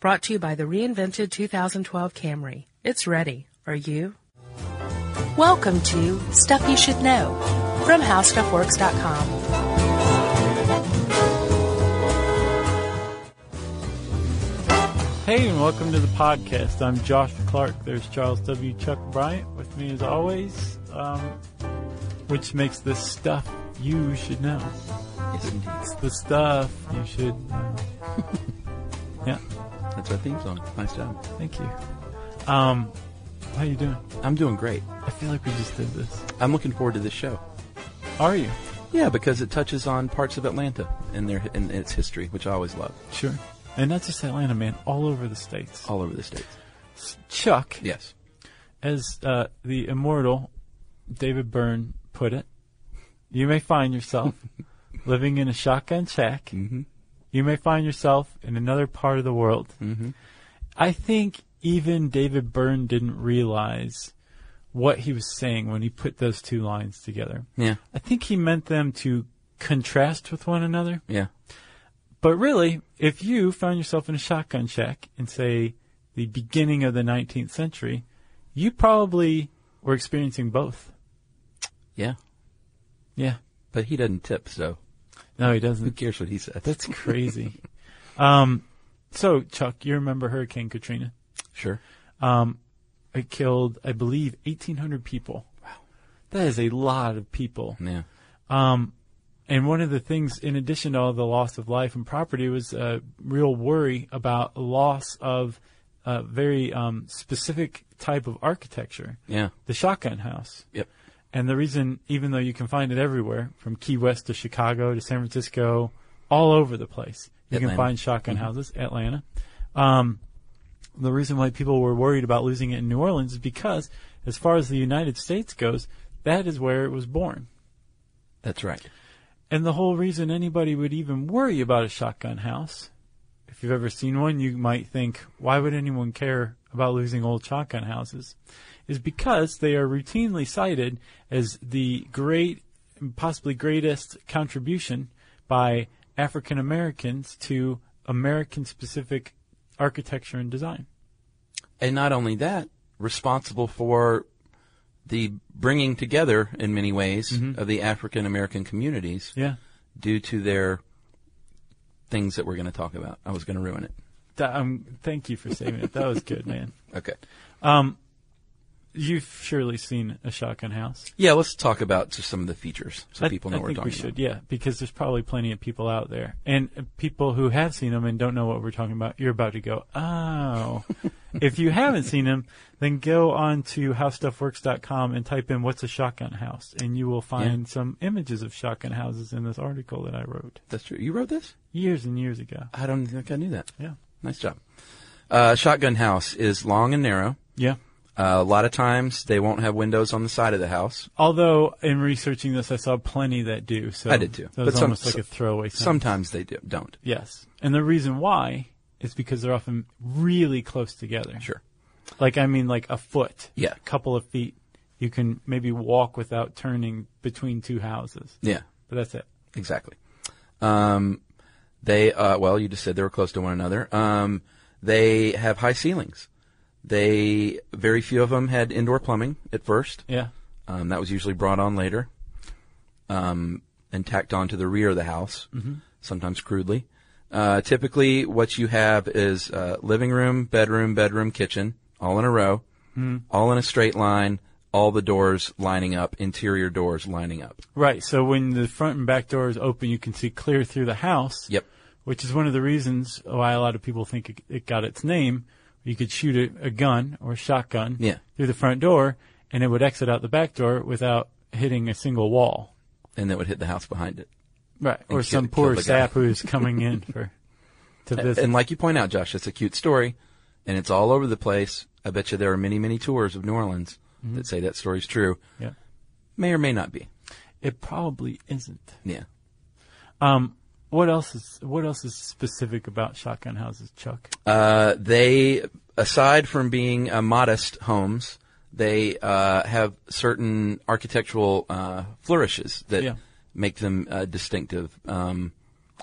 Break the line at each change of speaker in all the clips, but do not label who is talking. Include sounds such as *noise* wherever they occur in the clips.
Brought to you by the reinvented 2012 Camry. It's ready. Are you? Welcome to Stuff You Should Know from HowStuffWorks.com.
Hey, and welcome to the podcast. I'm Josh Clark. There's Charles W. Chuck Bryant with me as always, um, which makes the stuff you should know.
Yes, indeed.
It's the stuff you should know. *laughs* yeah,
That's our theme song. Nice job.
thank you. Um, how you doing?
I'm doing great.
I feel like we just did this.
I'm looking forward to this show.
Are you?
Yeah, because it touches on parts of Atlanta and their and its history, which I always love,
Sure. And not just Atlanta, man, all over the states.
all over the states.
Chuck,
Yes.
as uh, the immortal David Byrne put it, you may find yourself living in a shotgun shack.
Mhm.
You may find yourself in another part of the world.
Mhm.
I think even David Byrne didn't realize what he was saying when he put those two lines together.
Yeah.
I think he meant them to contrast with one another.
Yeah.
But really, if you found yourself in a shotgun shack in, say, the beginning of the 19th century, you probably were experiencing both.
Yeah.
Yeah.
But he doesn't tip, so
No, he
who
doesn't.
cares what he
*laughs*
says?
That's crazy. *laughs* um, so, Chuck, you remember Hurricane Katrina?
sure.
Um, it killed, I believe, 1,800 people. Wow. That is a lot of people.
Yeah.
Um, and one of the things, in addition to all the loss of life and property, was uh, real worry about loss of a very um, specific type of architecture,
Yeah.
the shotgun house.
Yep.
And the reason, even though you can find it everywhere, from Key West to Chicago to San Francisco, all over the place, you
Atlanta.
can find shotgun houses, Atlanta. Um, the reason why people were worried about losing it in New Orleans is because, as far as the United States goes, that is where it was born.
That's right.
And the whole reason anybody would even worry about a shotgun house, if you've ever seen one, you might think, why would anyone care about losing old shotgun houses? Is because they are routinely cited as the great, possibly greatest contribution by African Americans to American specific architecture and design.
And not only that, responsible for the bringing together in many ways of the African American communities
Yeah.
due to their things that we're going to talk about. I was going to ruin it.
That, um, thank you for saving it. That was good, man.
Okay.
You've surely seen a shotgun house.
Yeah, let's talk about just some of the features so
I-
people know
I
what
think
we're talking
we should, yeah, because there's probably plenty of people out there and uh, people who have seen them and don't know what we're talking about. You're about to go,
*laughs*
oh. if you haven't seen them, then go on to howstuffworks.com and type in what's a shotgun house, and you will find some images of shotgun houses in this article that I wrote
about. That's true. You wrote this?
years and years ago.
I don't think I knew that.
Yeah,
Nice job. Uh, shotgun house is long and narrow.
yeah.
Uh, a lot of times they won't have windows on the side of the house.
Although in researching this, I saw plenty that do. So
I did too.
That was
But some-
almost like
some-
a throwaway. sentence.
Sometimes they do, don't.
yes, and the reason why is because they're often really close together.
Sure.
Like I mean, like a foot.
Yeah.
A couple of feet. You can maybe walk without turning between two houses,
Yeah,
but that's it.
exactly. Um, they, uh, well, you just said they were close to one another. Um, they have high ceilings. They, very few of them had indoor plumbing at first.
Yeah.
Um, that was usually brought on later um, and tacked on to the rear of the house, sometimes crudely. Uh, typically, what you have is uh, living room, bedroom, bedroom, kitchen, all in a row, all in a straight line, all the doors lining up, interior doors lining up.
Right. So when the front and back door is open, you can see clear through the house.
Yep.
Which is one of the reasons why a lot of people think it, it got its name. You could shoot a, a gun or a shotgun
Yeah.
through the front door, and it would exit out the back door without hitting a single wall.
And that would hit the house behind it.
Right. Or
kill-
some
kill
poor
the guy.
sap who's coming
*laughs*
in for to this.
And like you point out, Josh, it's a cute story, and it's all over the place. I bet you there are many, many tours of New Orleans that say that story's true.
yeah.
May or may not be.
It probably isn't.
Yeah.
Um, what else is what else is specific about shotgun houses, Chuck?
Uh, they, aside from being uh, modest homes, they uh, have certain architectural uh, flourishes that
Yeah.
make them uh, distinctive. Um,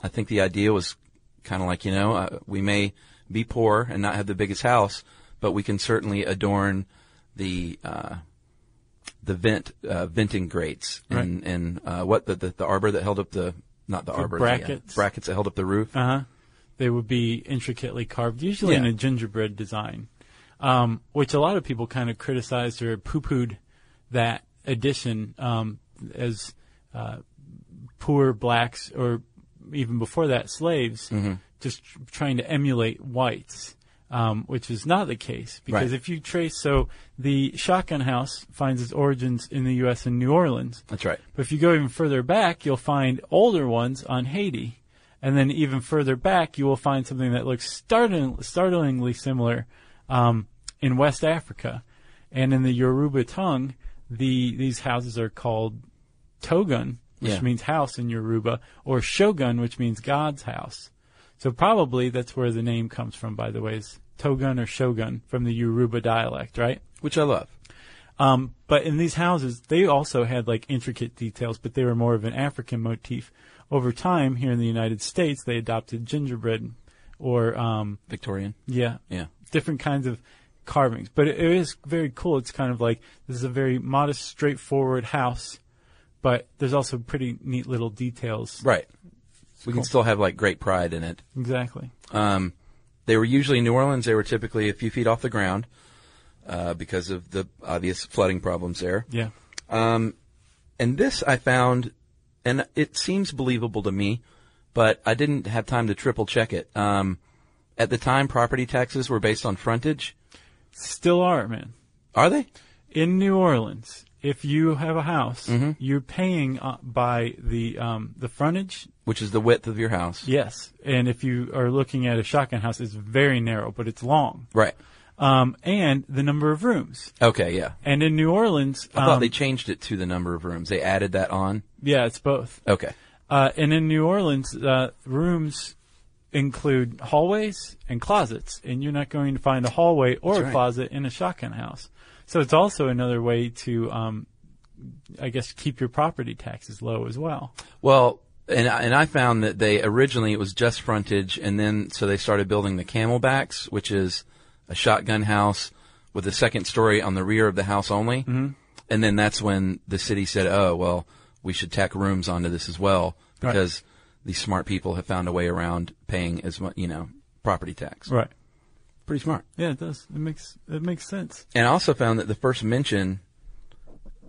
I think the idea was kind of like you know uh, we may be poor and not have the biggest house, but we can certainly adorn the uh, the vent uh, venting grates and and uh, what the, the the arbor that held up the not the, arbor the, uh,
brackets.
brackets that held up the roof.
Uh huh. They would be intricately carved, usually in
Yeah.
a gingerbread design, um, which a lot of people kind of criticized or poo-pooed that addition um, as uh, poor blacks or even before that slaves
Mm-hmm.
just tr- trying to emulate whites. Um, which is not the case because
Right.
if you trace so the shotgun house finds its origins in the U.S. in New Orleans,
That's right.
but if you go even further back, you'll find older ones on Haiti. And then even further back, you will find something that looks startling, startlingly similar um, in West Africa. And in the Yoruba tongue, the these houses are called Togun, which
Yeah.
means house in Yoruba, or Shogun, which means God's house. So probably that's where the name comes from, by the way, is Togun or Shogun from the Yoruba dialect, right?
Which I love.
Um, but in these houses, they also had like intricate details, but they were more of an African motif. Over time, here in the United States, they adopted gingerbread or, um,
Victorian.
yeah,
Yeah.
different kinds of carvings. But it- it is very cool. It's kind of like this is a very modest, straightforward house, but there's also pretty neat little details.
Right. We can still have like great pride in it.
Exactly.
Um, they were usually in New Orleans. They were typically a few feet off the ground uh, because of the obvious flooding problems there.
Yeah.
And this I found, and it seems believable to me, but I didn't have time to triple check it. Um, at the time, property taxes were based on frontage.
Still are, man.
Are they?
in New Orleans, if you have a house, you're paying uh, by the um, the frontage.
Which is the width of your house.
Yes, and if you are looking at a shotgun house, it's very narrow, but it's long,
Right.
um, and the number of rooms.
Okay, yeah.
And in New Orleans,
I thought
um,
they changed it to the number of rooms. They added that on.
yeah, it's both.
Okay.
Uh, and in New Orleans, uh, rooms include hallways and closets, and you're not going to find a hallway or
That's
a
right.
closet in a shotgun house. So it's also another way to, um, I guess, keep your property taxes low as well.
Well, and I, and I found that they originally it was just frontage, and then so they started building the Camelbacks, which is a shotgun house with a second story on the rear of the house only. mm And then that's when the city said, "Oh, well, we should tack rooms onto this as well
Right.
because these smart people have found a way around paying as much, you know, property tax."
Right.
Pretty smart.
Yeah, it does. It makes it makes sense.
And I also found that the first mention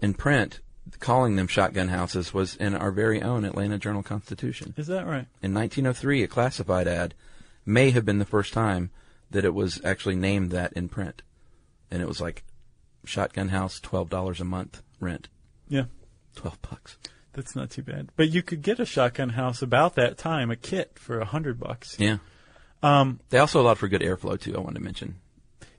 in print calling them shotgun houses was in our very own Atlanta Journal Constitution.
Is that right?
In 1903, a classified ad may have been the first time that it was actually named that in print. And it was like shotgun house, $12 a month rent,
Yeah,
12 bucks.
that's not too bad. But you could get a shotgun house about that time, a kit for a hundred bucks.
Yeah. Um, they also allowed for good airflow too, I wanted to mention,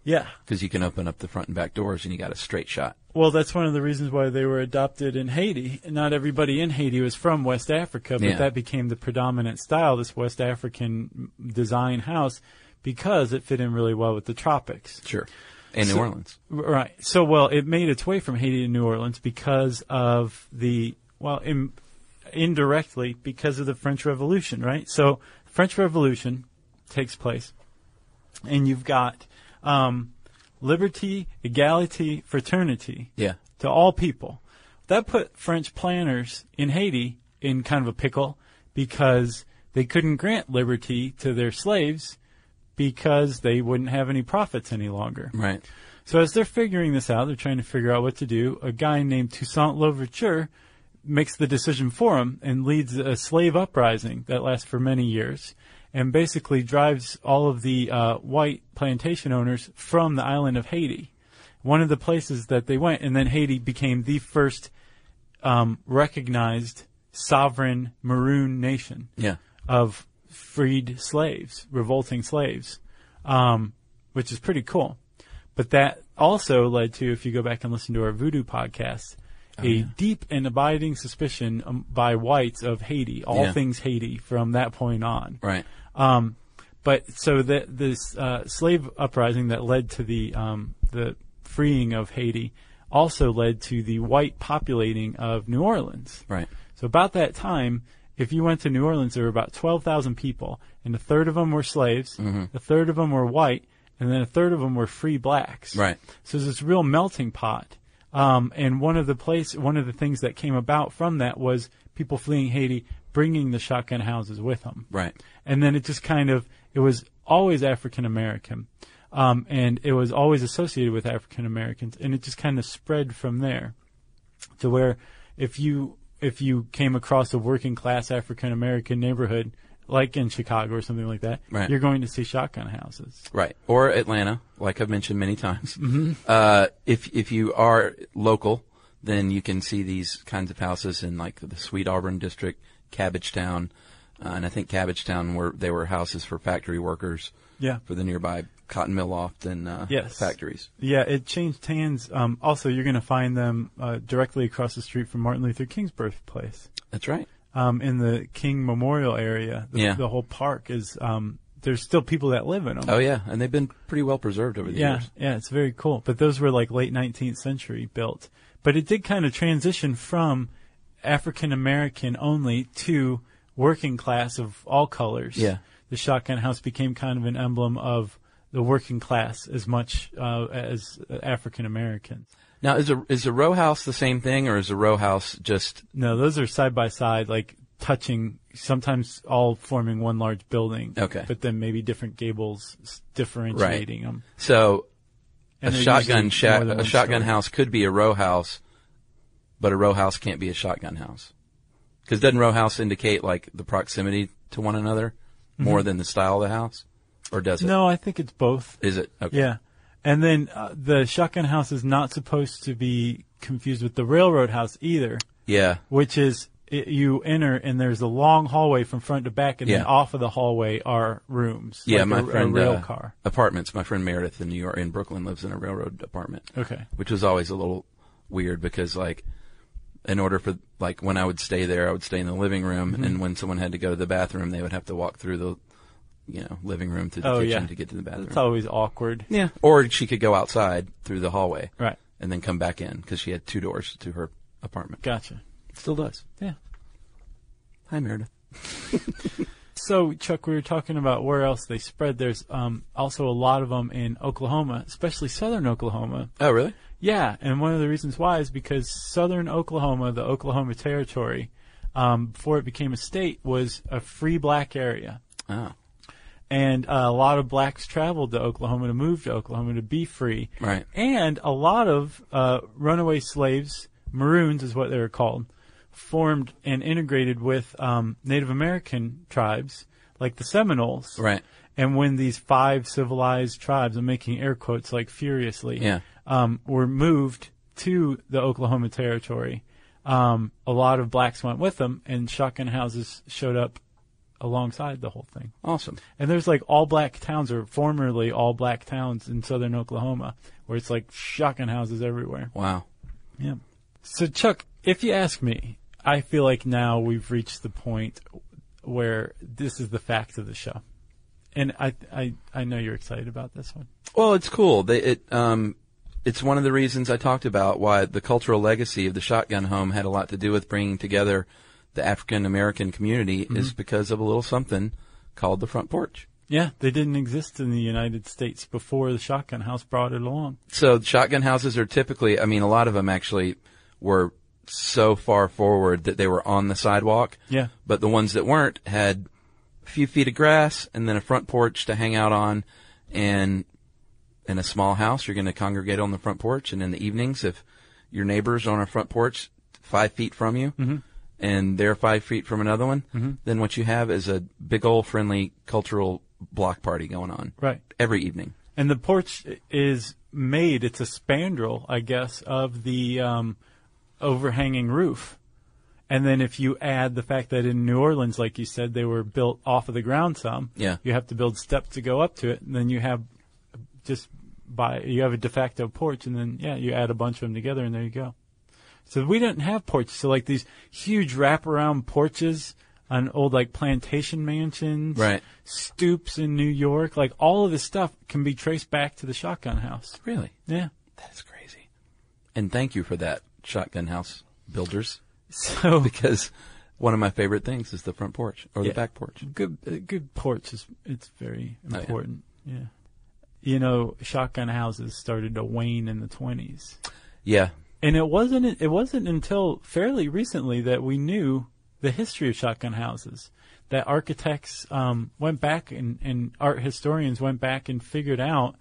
Yeah.
because you can open up the front and back doors and you got a straight shot.
Well, that's one of the reasons why they were adopted in Haiti. And Not everybody in Haiti was from West Africa, but
Yeah.
that became the predominant style, this West African design house, because it fit in really well with the tropics.
Sure. In New Orleans.
Right. So, well, it made its way from Haiti to New Orleans because of the, well, in, indirectly because of the French Revolution, right? So, French Revolution takes place, and you've got um, liberty, equality, fraternity
Yeah.
to all people. That put French planners in Haiti in kind of a pickle because they couldn't grant liberty to their slaves because they wouldn't have any profits any longer.
Right.
So as they're figuring this out, they're trying to figure out what to do. A guy named Toussaint Louverture makes the decision for him and leads a slave uprising that lasts for many years and basically drives all of the uh, white plantation owners from the island of Haiti. One of the places that they went, and then Haiti became the first um, recognized sovereign maroon nation
Yeah.
of freed slaves, revolting slaves, um, which is pretty cool. But that also led to, if you go back and listen to our voodoo podcast, a deep and abiding suspicion um, by whites of Haiti, all
Yeah.
things Haiti from that point on.
Right.
Um, but so the, this uh, slave uprising that led to the um, the freeing of Haiti also led to the white populating of New Orleans.
Right.
So about that time, if you went to New Orleans, there were about 12,000 people, and a third of them were slaves, a third of them were white, and then a third of them were free blacks.
Right.
So there's this real melting pot. Um, and one of the place, one of the things that came about from that was people fleeing Haiti bringing the shotgun houses with them
Right.
and then it just kind of it was always African American, um, and it was always associated with African Americans, and it just kind of spread from there to where if you if you came across a working class African American neighborhood like in Chicago or something like that,
Right.
you're going to see shotgun houses.
Right. Or Atlanta, like I've mentioned many times.
Mm-hmm.
Uh, if, if you are local, then you can see these kinds of houses in like the Sweet Auburn district, Cabbage Town. Uh, and I think Cabbage Town were, they were houses for factory workers
Yeah.
for the nearby cotton mill loft and, uh,
Yes.
factories.
Yeah, it changed hands. Um, also, you're going to find them uh, directly across the street from Martin Luther King's birthplace.
That's right.
um, in the King Memorial area. The,
Yeah.
the whole park is um, there's still people that live in them.
Oh yeah. And they've been pretty well preserved over the
yeah,
years.
yeah, it's very cool. But those were like late 19th century built. But it did kind of transition from African American only to working class of all colors.
Yeah.
the shotgun house became kind of an emblem of the working class as much uh, as African Americans.
Now is a, is a row house the same thing or is a row house just,
No, those are side by side, like touching, sometimes all forming one large building.
Okay.
But then maybe different gables s- differentiating them.
so
And
a
they're
shotgun
usually
sha-
more than
a
one
shotgun
story.
house could be a row house, but a row house can't be a shotgun house. Because doesn't row house indicate like the proximity to one another more than the style of the house, or does it?
Mm-hmm. No, I think it's both.
Is it? Okay.
Yeah. And then uh, the shotgun house is not supposed to be confused with the railroad house either,
Yeah.
which is it, you enter and there's a long hallway from front to back, and then
Yeah.
off of the hallway are rooms.
Yeah,
like
my
a,
friend
A rail
uh,
car.
apartments. My friend Meredith in New York in Brooklyn lives in a railroad apartment.
Okay.
which was always a little weird because like in order for like when I would stay there, I would stay in the living room, and when someone had to go to the bathroom, they would have to walk through the you know living room to the
Oh,
kitchen
yeah.
to get to the bathroom.
It's always awkward.
Yeah. Or she could go outside through the hallway
Right.
and then come back in because she had two doors to her apartment.
Gotcha.
Still does.
Yeah.
Hi, Meredith.
So, Chuck, we were talking about where else they spread. There's um, also a lot of them in Oklahoma, especially southern Oklahoma.
Oh, really?
Yeah, and one of the reasons why is because southern Oklahoma, the Oklahoma Territory, um, before it became a state, was a free black area.
Oh,
And uh, a lot of blacks traveled to Oklahoma to move to Oklahoma to be free.
Right.
And a lot of uh, runaway slaves, maroons is what they were called, formed and integrated with um, Native American tribes like the Seminoles.
right.
And when these five civilized tribes, I'm making air quotes like furiously,
Yeah.
um, were moved to the Oklahoma Territory, um, a lot of blacks went with them, and shotgun houses showed up alongside the whole thing.
Awesome.
And there's like all black towns, or formerly all black towns in southern Oklahoma, where it's like shotgun houses everywhere.
Wow.
Yeah. So, Chuck, if you ask me, I feel like now we've reached the point where this is the fact of the show. And I, I, I know you're excited about this one.
Well, it's cool. They, it, um, it's one of the reasons I talked about why the cultural legacy of the shotgun home had a lot to do with bringing together the African American community is because of a little something called the front porch.
Yeah, they didn't exist in the United States before the shotgun house brought it along.
So shotgun houses are typically, I mean, a lot of them actually were so far forward that they were on the sidewalk.
Yeah.
But the ones that weren't had a few feet of grass and then a front porch to hang out on. And in a small house, you're going to congregate on the front porch. And in the evenings, if your neighbor's on a front porch five feet from you and they're five feet from another one, then what you have is a big old friendly cultural block party going on
Right.
every evening.
And the porch is made, it's a spandrel, I guess, of the um, overhanging roof. And then if you add the fact that in New Orleans, like you said, they were built off of the ground some,
Yeah.
you have to build steps to go up to it. And then you have just by, you have a de facto porch. And then, yeah, you add a bunch of them together and there you go. So we didn't have porches. So like these huge wraparound porches on old like plantation mansions,
Right.
Stoops in New York, like all of this stuff can be traced back to the shotgun house.
Really?
Yeah.
That's crazy. And thank you for that, Shotgun House Builders,
*laughs*
*laughs*
So
because One of my favorite things is the front porch or
Yeah.
the back porch.
Good, uh, good porch is it's very
yeah.
important. yeah. you know, shotgun houses started to wane in the twenties,
Yeah.
and it wasn't it wasn't until fairly recently that we knew the history of shotgun houses. That architects um, went back and, and art historians went back and figured out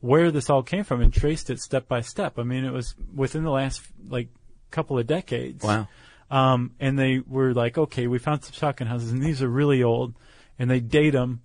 where this all came from and traced it step by step. I mean, it was within the last like couple of decades.
Wow.
Um, and they were like, okay, we found some shotgun houses, and these are really old, and they date them,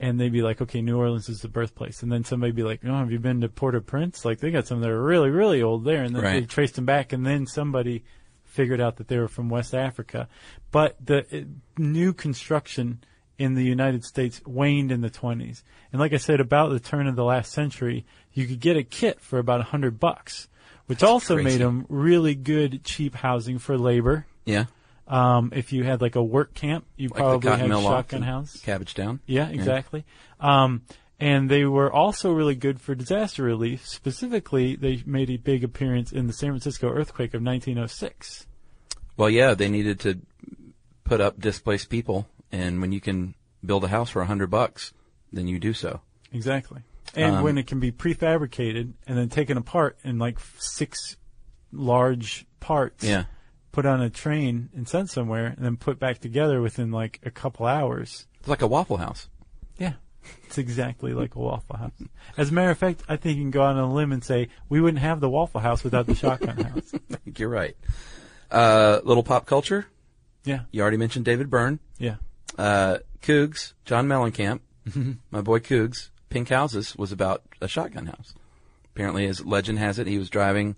and they'd be like, okay, New Orleans is the birthplace, and then somebody'd be like, no, have you been to Port-au-Prince? Like they got some that are really, really old there, and then
Right.
they traced them back, and then somebody figured out that they were from West Africa, but the it, new construction in the United States waned in the 20s, and like I said, about the turn of the last century, you could get a kit for about a hundred bucks. Which also
crazy.
made them really good cheap housing for labor.
Yeah.
Um, if you had like a work camp, you
Like the
probably
cotton
had
mill loft
shotgun
and
house.
Cabbage down.
Yeah, exactly. Um, and they were also really good for disaster relief. Specifically, they made a big appearance in the San Francisco earthquake of 1906.
Well, yeah, they needed to put up displaced people, and when you can build a house for a hundred bucks, then you do so.
Exactly. And
Um,
when it can be prefabricated and then taken apart in like f- six large parts,
Yeah.
put on a train and sent somewhere, and then put back together within like a couple hours.
It's like a Waffle House.
Yeah. It's exactly like a Waffle House. As a matter of fact, I think you can go out on a limb and say we wouldn't have the Waffle House without the Shotgun House.
I think you're right. Uh, little pop culture.
*laughs* Yeah,
You already mentioned David Byrne.
yeah.
Uh, Coogs, John Mellencamp, my boy Coogs, Pink Houses was about a shotgun house. Apparently, as legend has it, he was driving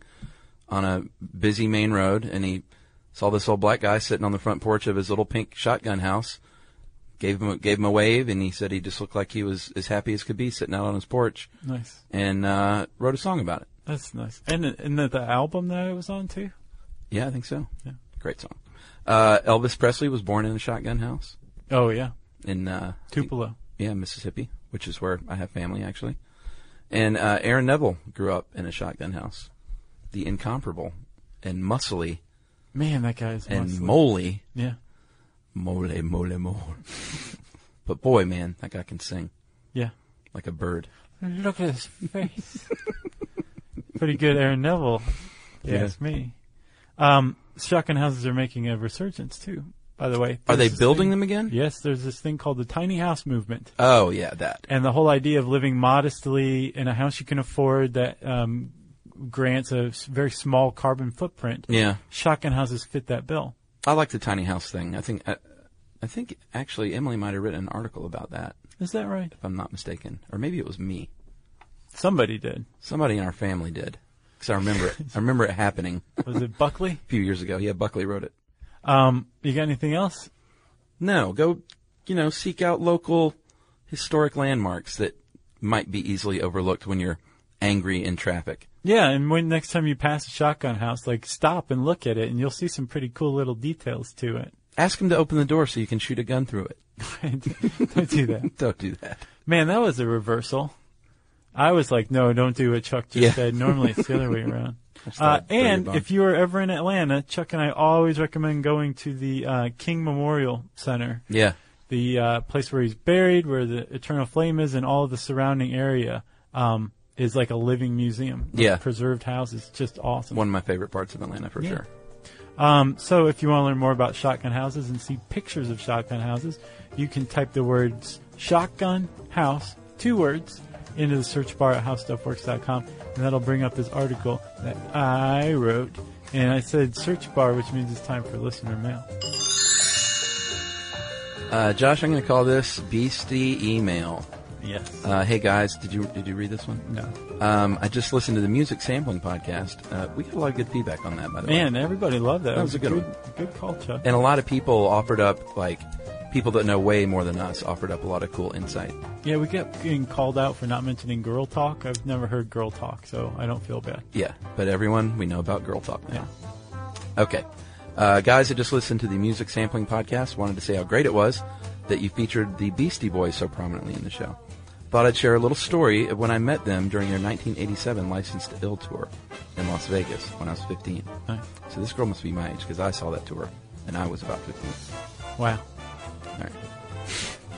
on a busy main road and he saw this old black guy sitting on the front porch of his little pink shotgun house. Gave him, a- gave him a wave and he said he just looked like he was as happy as could be sitting out on his porch
Nice.
and, uh, wrote a song about it.
That's nice. And and the, the album that I was on too.
Yeah, I think so.
Yeah.
Great song. Uh, Elvis Presley was born in a shotgun house
Oh yeah,
in, uh, I think-
Tupelo.
Yeah, Mississippi, which is where I have family actually. And uh, Aaron Neville grew up in a shotgun house. The incomparable and muscly
Man, that guy is
and
muscly.
moly,
Yeah,
mole, mole, mole. but boy, man, that guy can sing
yeah.
like a bird.
Look at his face. *laughs* Pretty good, Aaron Neville.
Yeah.
Yes, me. Um, shotgun houses are making a resurgence too. By the way,
Are they
There's this
building
thing-
them again?
Yes, there's this thing called the tiny house movement.
Oh yeah, that.
and the whole idea of living modestly in a house you can afford that um, grants a s- very small carbon footprint.
Yeah,
Shotgun houses fit that bill.
I like the tiny house thing. I think I, I think actually Emily might have written an article about that,
Is that right?
if I'm not mistaken, or maybe it was me.
Somebody did.
Somebody in our family did, because I
*laughs*
remember it. I remember it happening a
Was it Buckley?
few years ago. Yeah, Buckley wrote it.
Um, you got anything else?
No, go, you know, seek out local historic landmarks that might be easily overlooked when you're angry in traffic.
Yeah, and when next time you pass a shotgun house, like stop and look at it, and you'll see some pretty cool little details to it. *laughs*
Ask them to open the door so you can shoot a gun through it. *laughs*
don't do that,
Don't do that.
man. That was a reversal. I was like, no, don't do what Chuck just
Yeah.
said. Normally it's the other way
*laughs*
around. Uh,
started throwing your
and
bomb.
if you are ever in Atlanta, Chuck and I always recommend going to the uh, King Memorial Center,
Yeah.
the uh, place where he's buried, where the Eternal Flame is, and all of the surrounding area um, is like a living museum. with
Yeah.
preserved houses, just awesome.
One of my favorite parts of Atlanta for
Yeah.
sure.
Um, so if you want to learn more about shotgun houses and see pictures of shotgun houses, you can type the words shotgun house, two words, into the search bar at howstuffworks.com, and that'll bring up this article that I wrote. And I said search bar, which means it's time for listener mail.
Uh, Josh, I'm going to call this Beastie Email.
Yes.
Uh, hey guys, did you did you read this one?
No.
Um, I just listened to the music sampling podcast. Uh, we got a lot of good feedback on that, by the way.
Man, everybody loved that.
That was a good
Good call, Chuck.
And a lot of people offered up, like, people that know way more than us offered up a lot of cool insight.
Yeah, we kept getting called out for not mentioning girl talk. I've never heard girl talk, so I don't feel bad.
Yeah, but everyone, we know about Girl Talk now.
Yeah.
Okay. Uh, guys, I just listened to the music sampling podcast. Wanted to say how great it was that you featured the Beastie Boys so prominently in the show. Thought I'd share a little story of when I met them during their 1987 Licensed Ill tour in Las Vegas when I was 15.
Nice.
So this girl must be my age because I saw that tour and I was about 15.
Wow.
All right.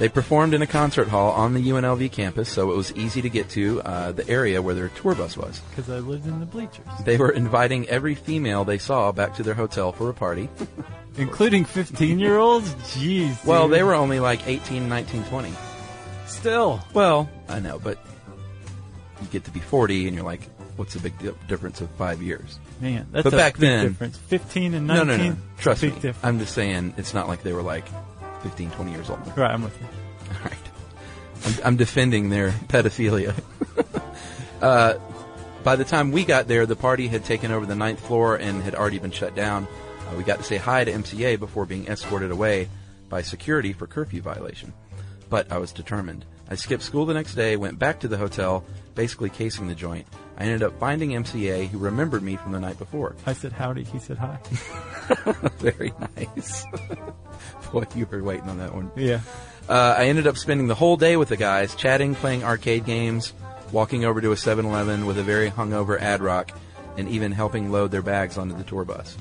They performed in a concert hall on the UNLV campus, so it was easy to get to uh, the area where their tour bus was.
Because I lived in the bleachers,
They were inviting every female they saw back to their hotel for
*laughs*
a party.
including 15 year olds. Jeez. Dude.
Well, they were only like 18, 19, 20.
still.
Well, I know, but you get to be 40 and you're like, what's the big di- difference of five years?
Man, that's
But
a
back
big
then-
difference. 15 and
No,
19.
no, no. Trust me.
big Difference.
I'm just saying it's not like they were like 15, 20 years old.
Right, I'm with you.
All right. I'm, I'm defending their pedophilia. *laughs* uh, by the time we got there, the party had taken over the ninth floor and had already been shut down. Uh, we got to say hi to MCA before being escorted away by security for curfew violation. But I was determined. I skipped school the next day, went back to the hotel, basically casing the joint. I ended up finding MCA, who remembered me from the night before. *laughs*
I said howdy. He said hi.
Very nice. *laughs* Boy, you were waiting on that one.
yeah.
Uh, I ended up spending the whole day with the guys, chatting, playing arcade games, walking over to a 7 Eleven with a very hungover ad rock, and even helping load their bags onto the tour bus.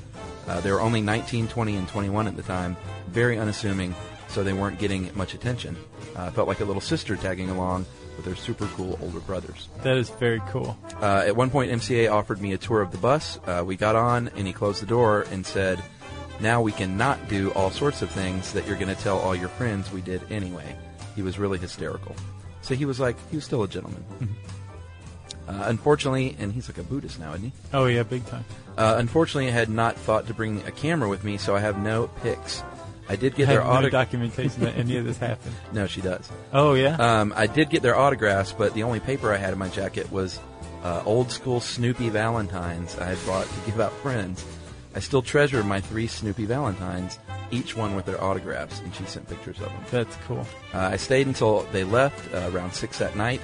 Uh, they were only 19, 20, and 21 at the time, very unassuming, so they weren't getting much attention. Uh, felt like a little sister tagging along with their super cool older brothers.
That is very cool.
Uh, at one point, MCA offered me a tour of the bus. Uh, we got on, and he closed the door and said, "Now we cannot do all sorts of things that you're going to tell all your friends we did anyway." He was really hysterical. So he was like, he was still a gentleman. Uh, unfortunately, and he's like a Buddhist now, isn't he?
Oh, yeah, big time.
Uh, unfortunately, I had not thought to bring a camera with me, so I have no pics. I did get
I
their
have no
autograph.
documentation that any of
*laughs*
this happened.
no, she does.
Oh, yeah?
Um, I did get their autographs, but the only paper I had in my jacket was uh, old school Snoopy Valentines I had bought to *laughs* give out friends. I still treasure my three Snoopy Valentines, each one with their autographs, and she sent pictures of them.
That's cool.
Uh, I stayed until they left uh, around 6 that night.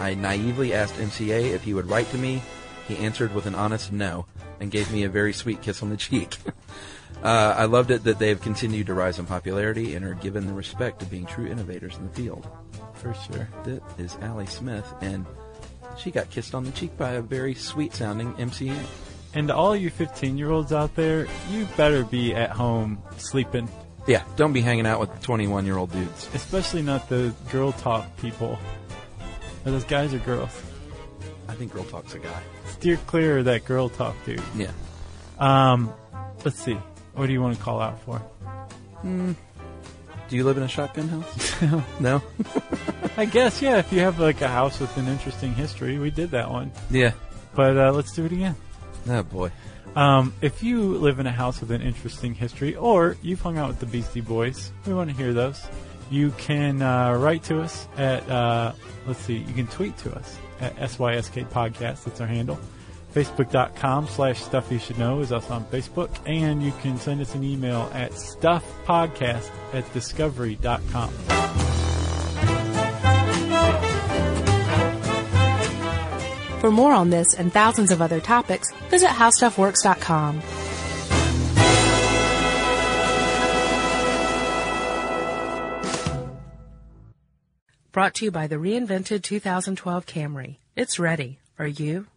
I naively asked MCA if he would write to me. He answered with an honest no and gave me a very sweet kiss on the *laughs* cheek. uh, I loved it that they have continued to rise in popularity and are given the respect of being true innovators in the field.
For sure.
That is Allie Smith, and she got kissed on the cheek by a very sweet sounding MCA.
And to all you 15 year olds out there, you better be at home sleeping.
Yeah, don't be hanging out with 21 year old dudes.
Especially not the girl talk people. Are those guys or girls?
I think Girl Talk's a guy.
Steer clear of that girl talk, dude.
Yeah.
Um, let's see. What do you want to call out for?
Do you live in a shotgun house? *laughs* no?
I guess, yeah, if you have like a house with an interesting history, we did that one.
Yeah.
But uh, let's do it again.
Oh boy.
Um, if you live in a house with an interesting history or you've hung out with the Beastie Boys, we want to hear those. You can uh, write to us at, uh, let's see, you can tweet to us at SYSK Podcast. That's our handle. Facebook.com slash Stuff You Should Know is us on Facebook. And you can send us an email at StuffPodcast at Discovery.com.
For more on this and thousands of other topics, visit howstuffworks.com. Brought to you by the reinvented 2012 Camry. It's ready. Are you?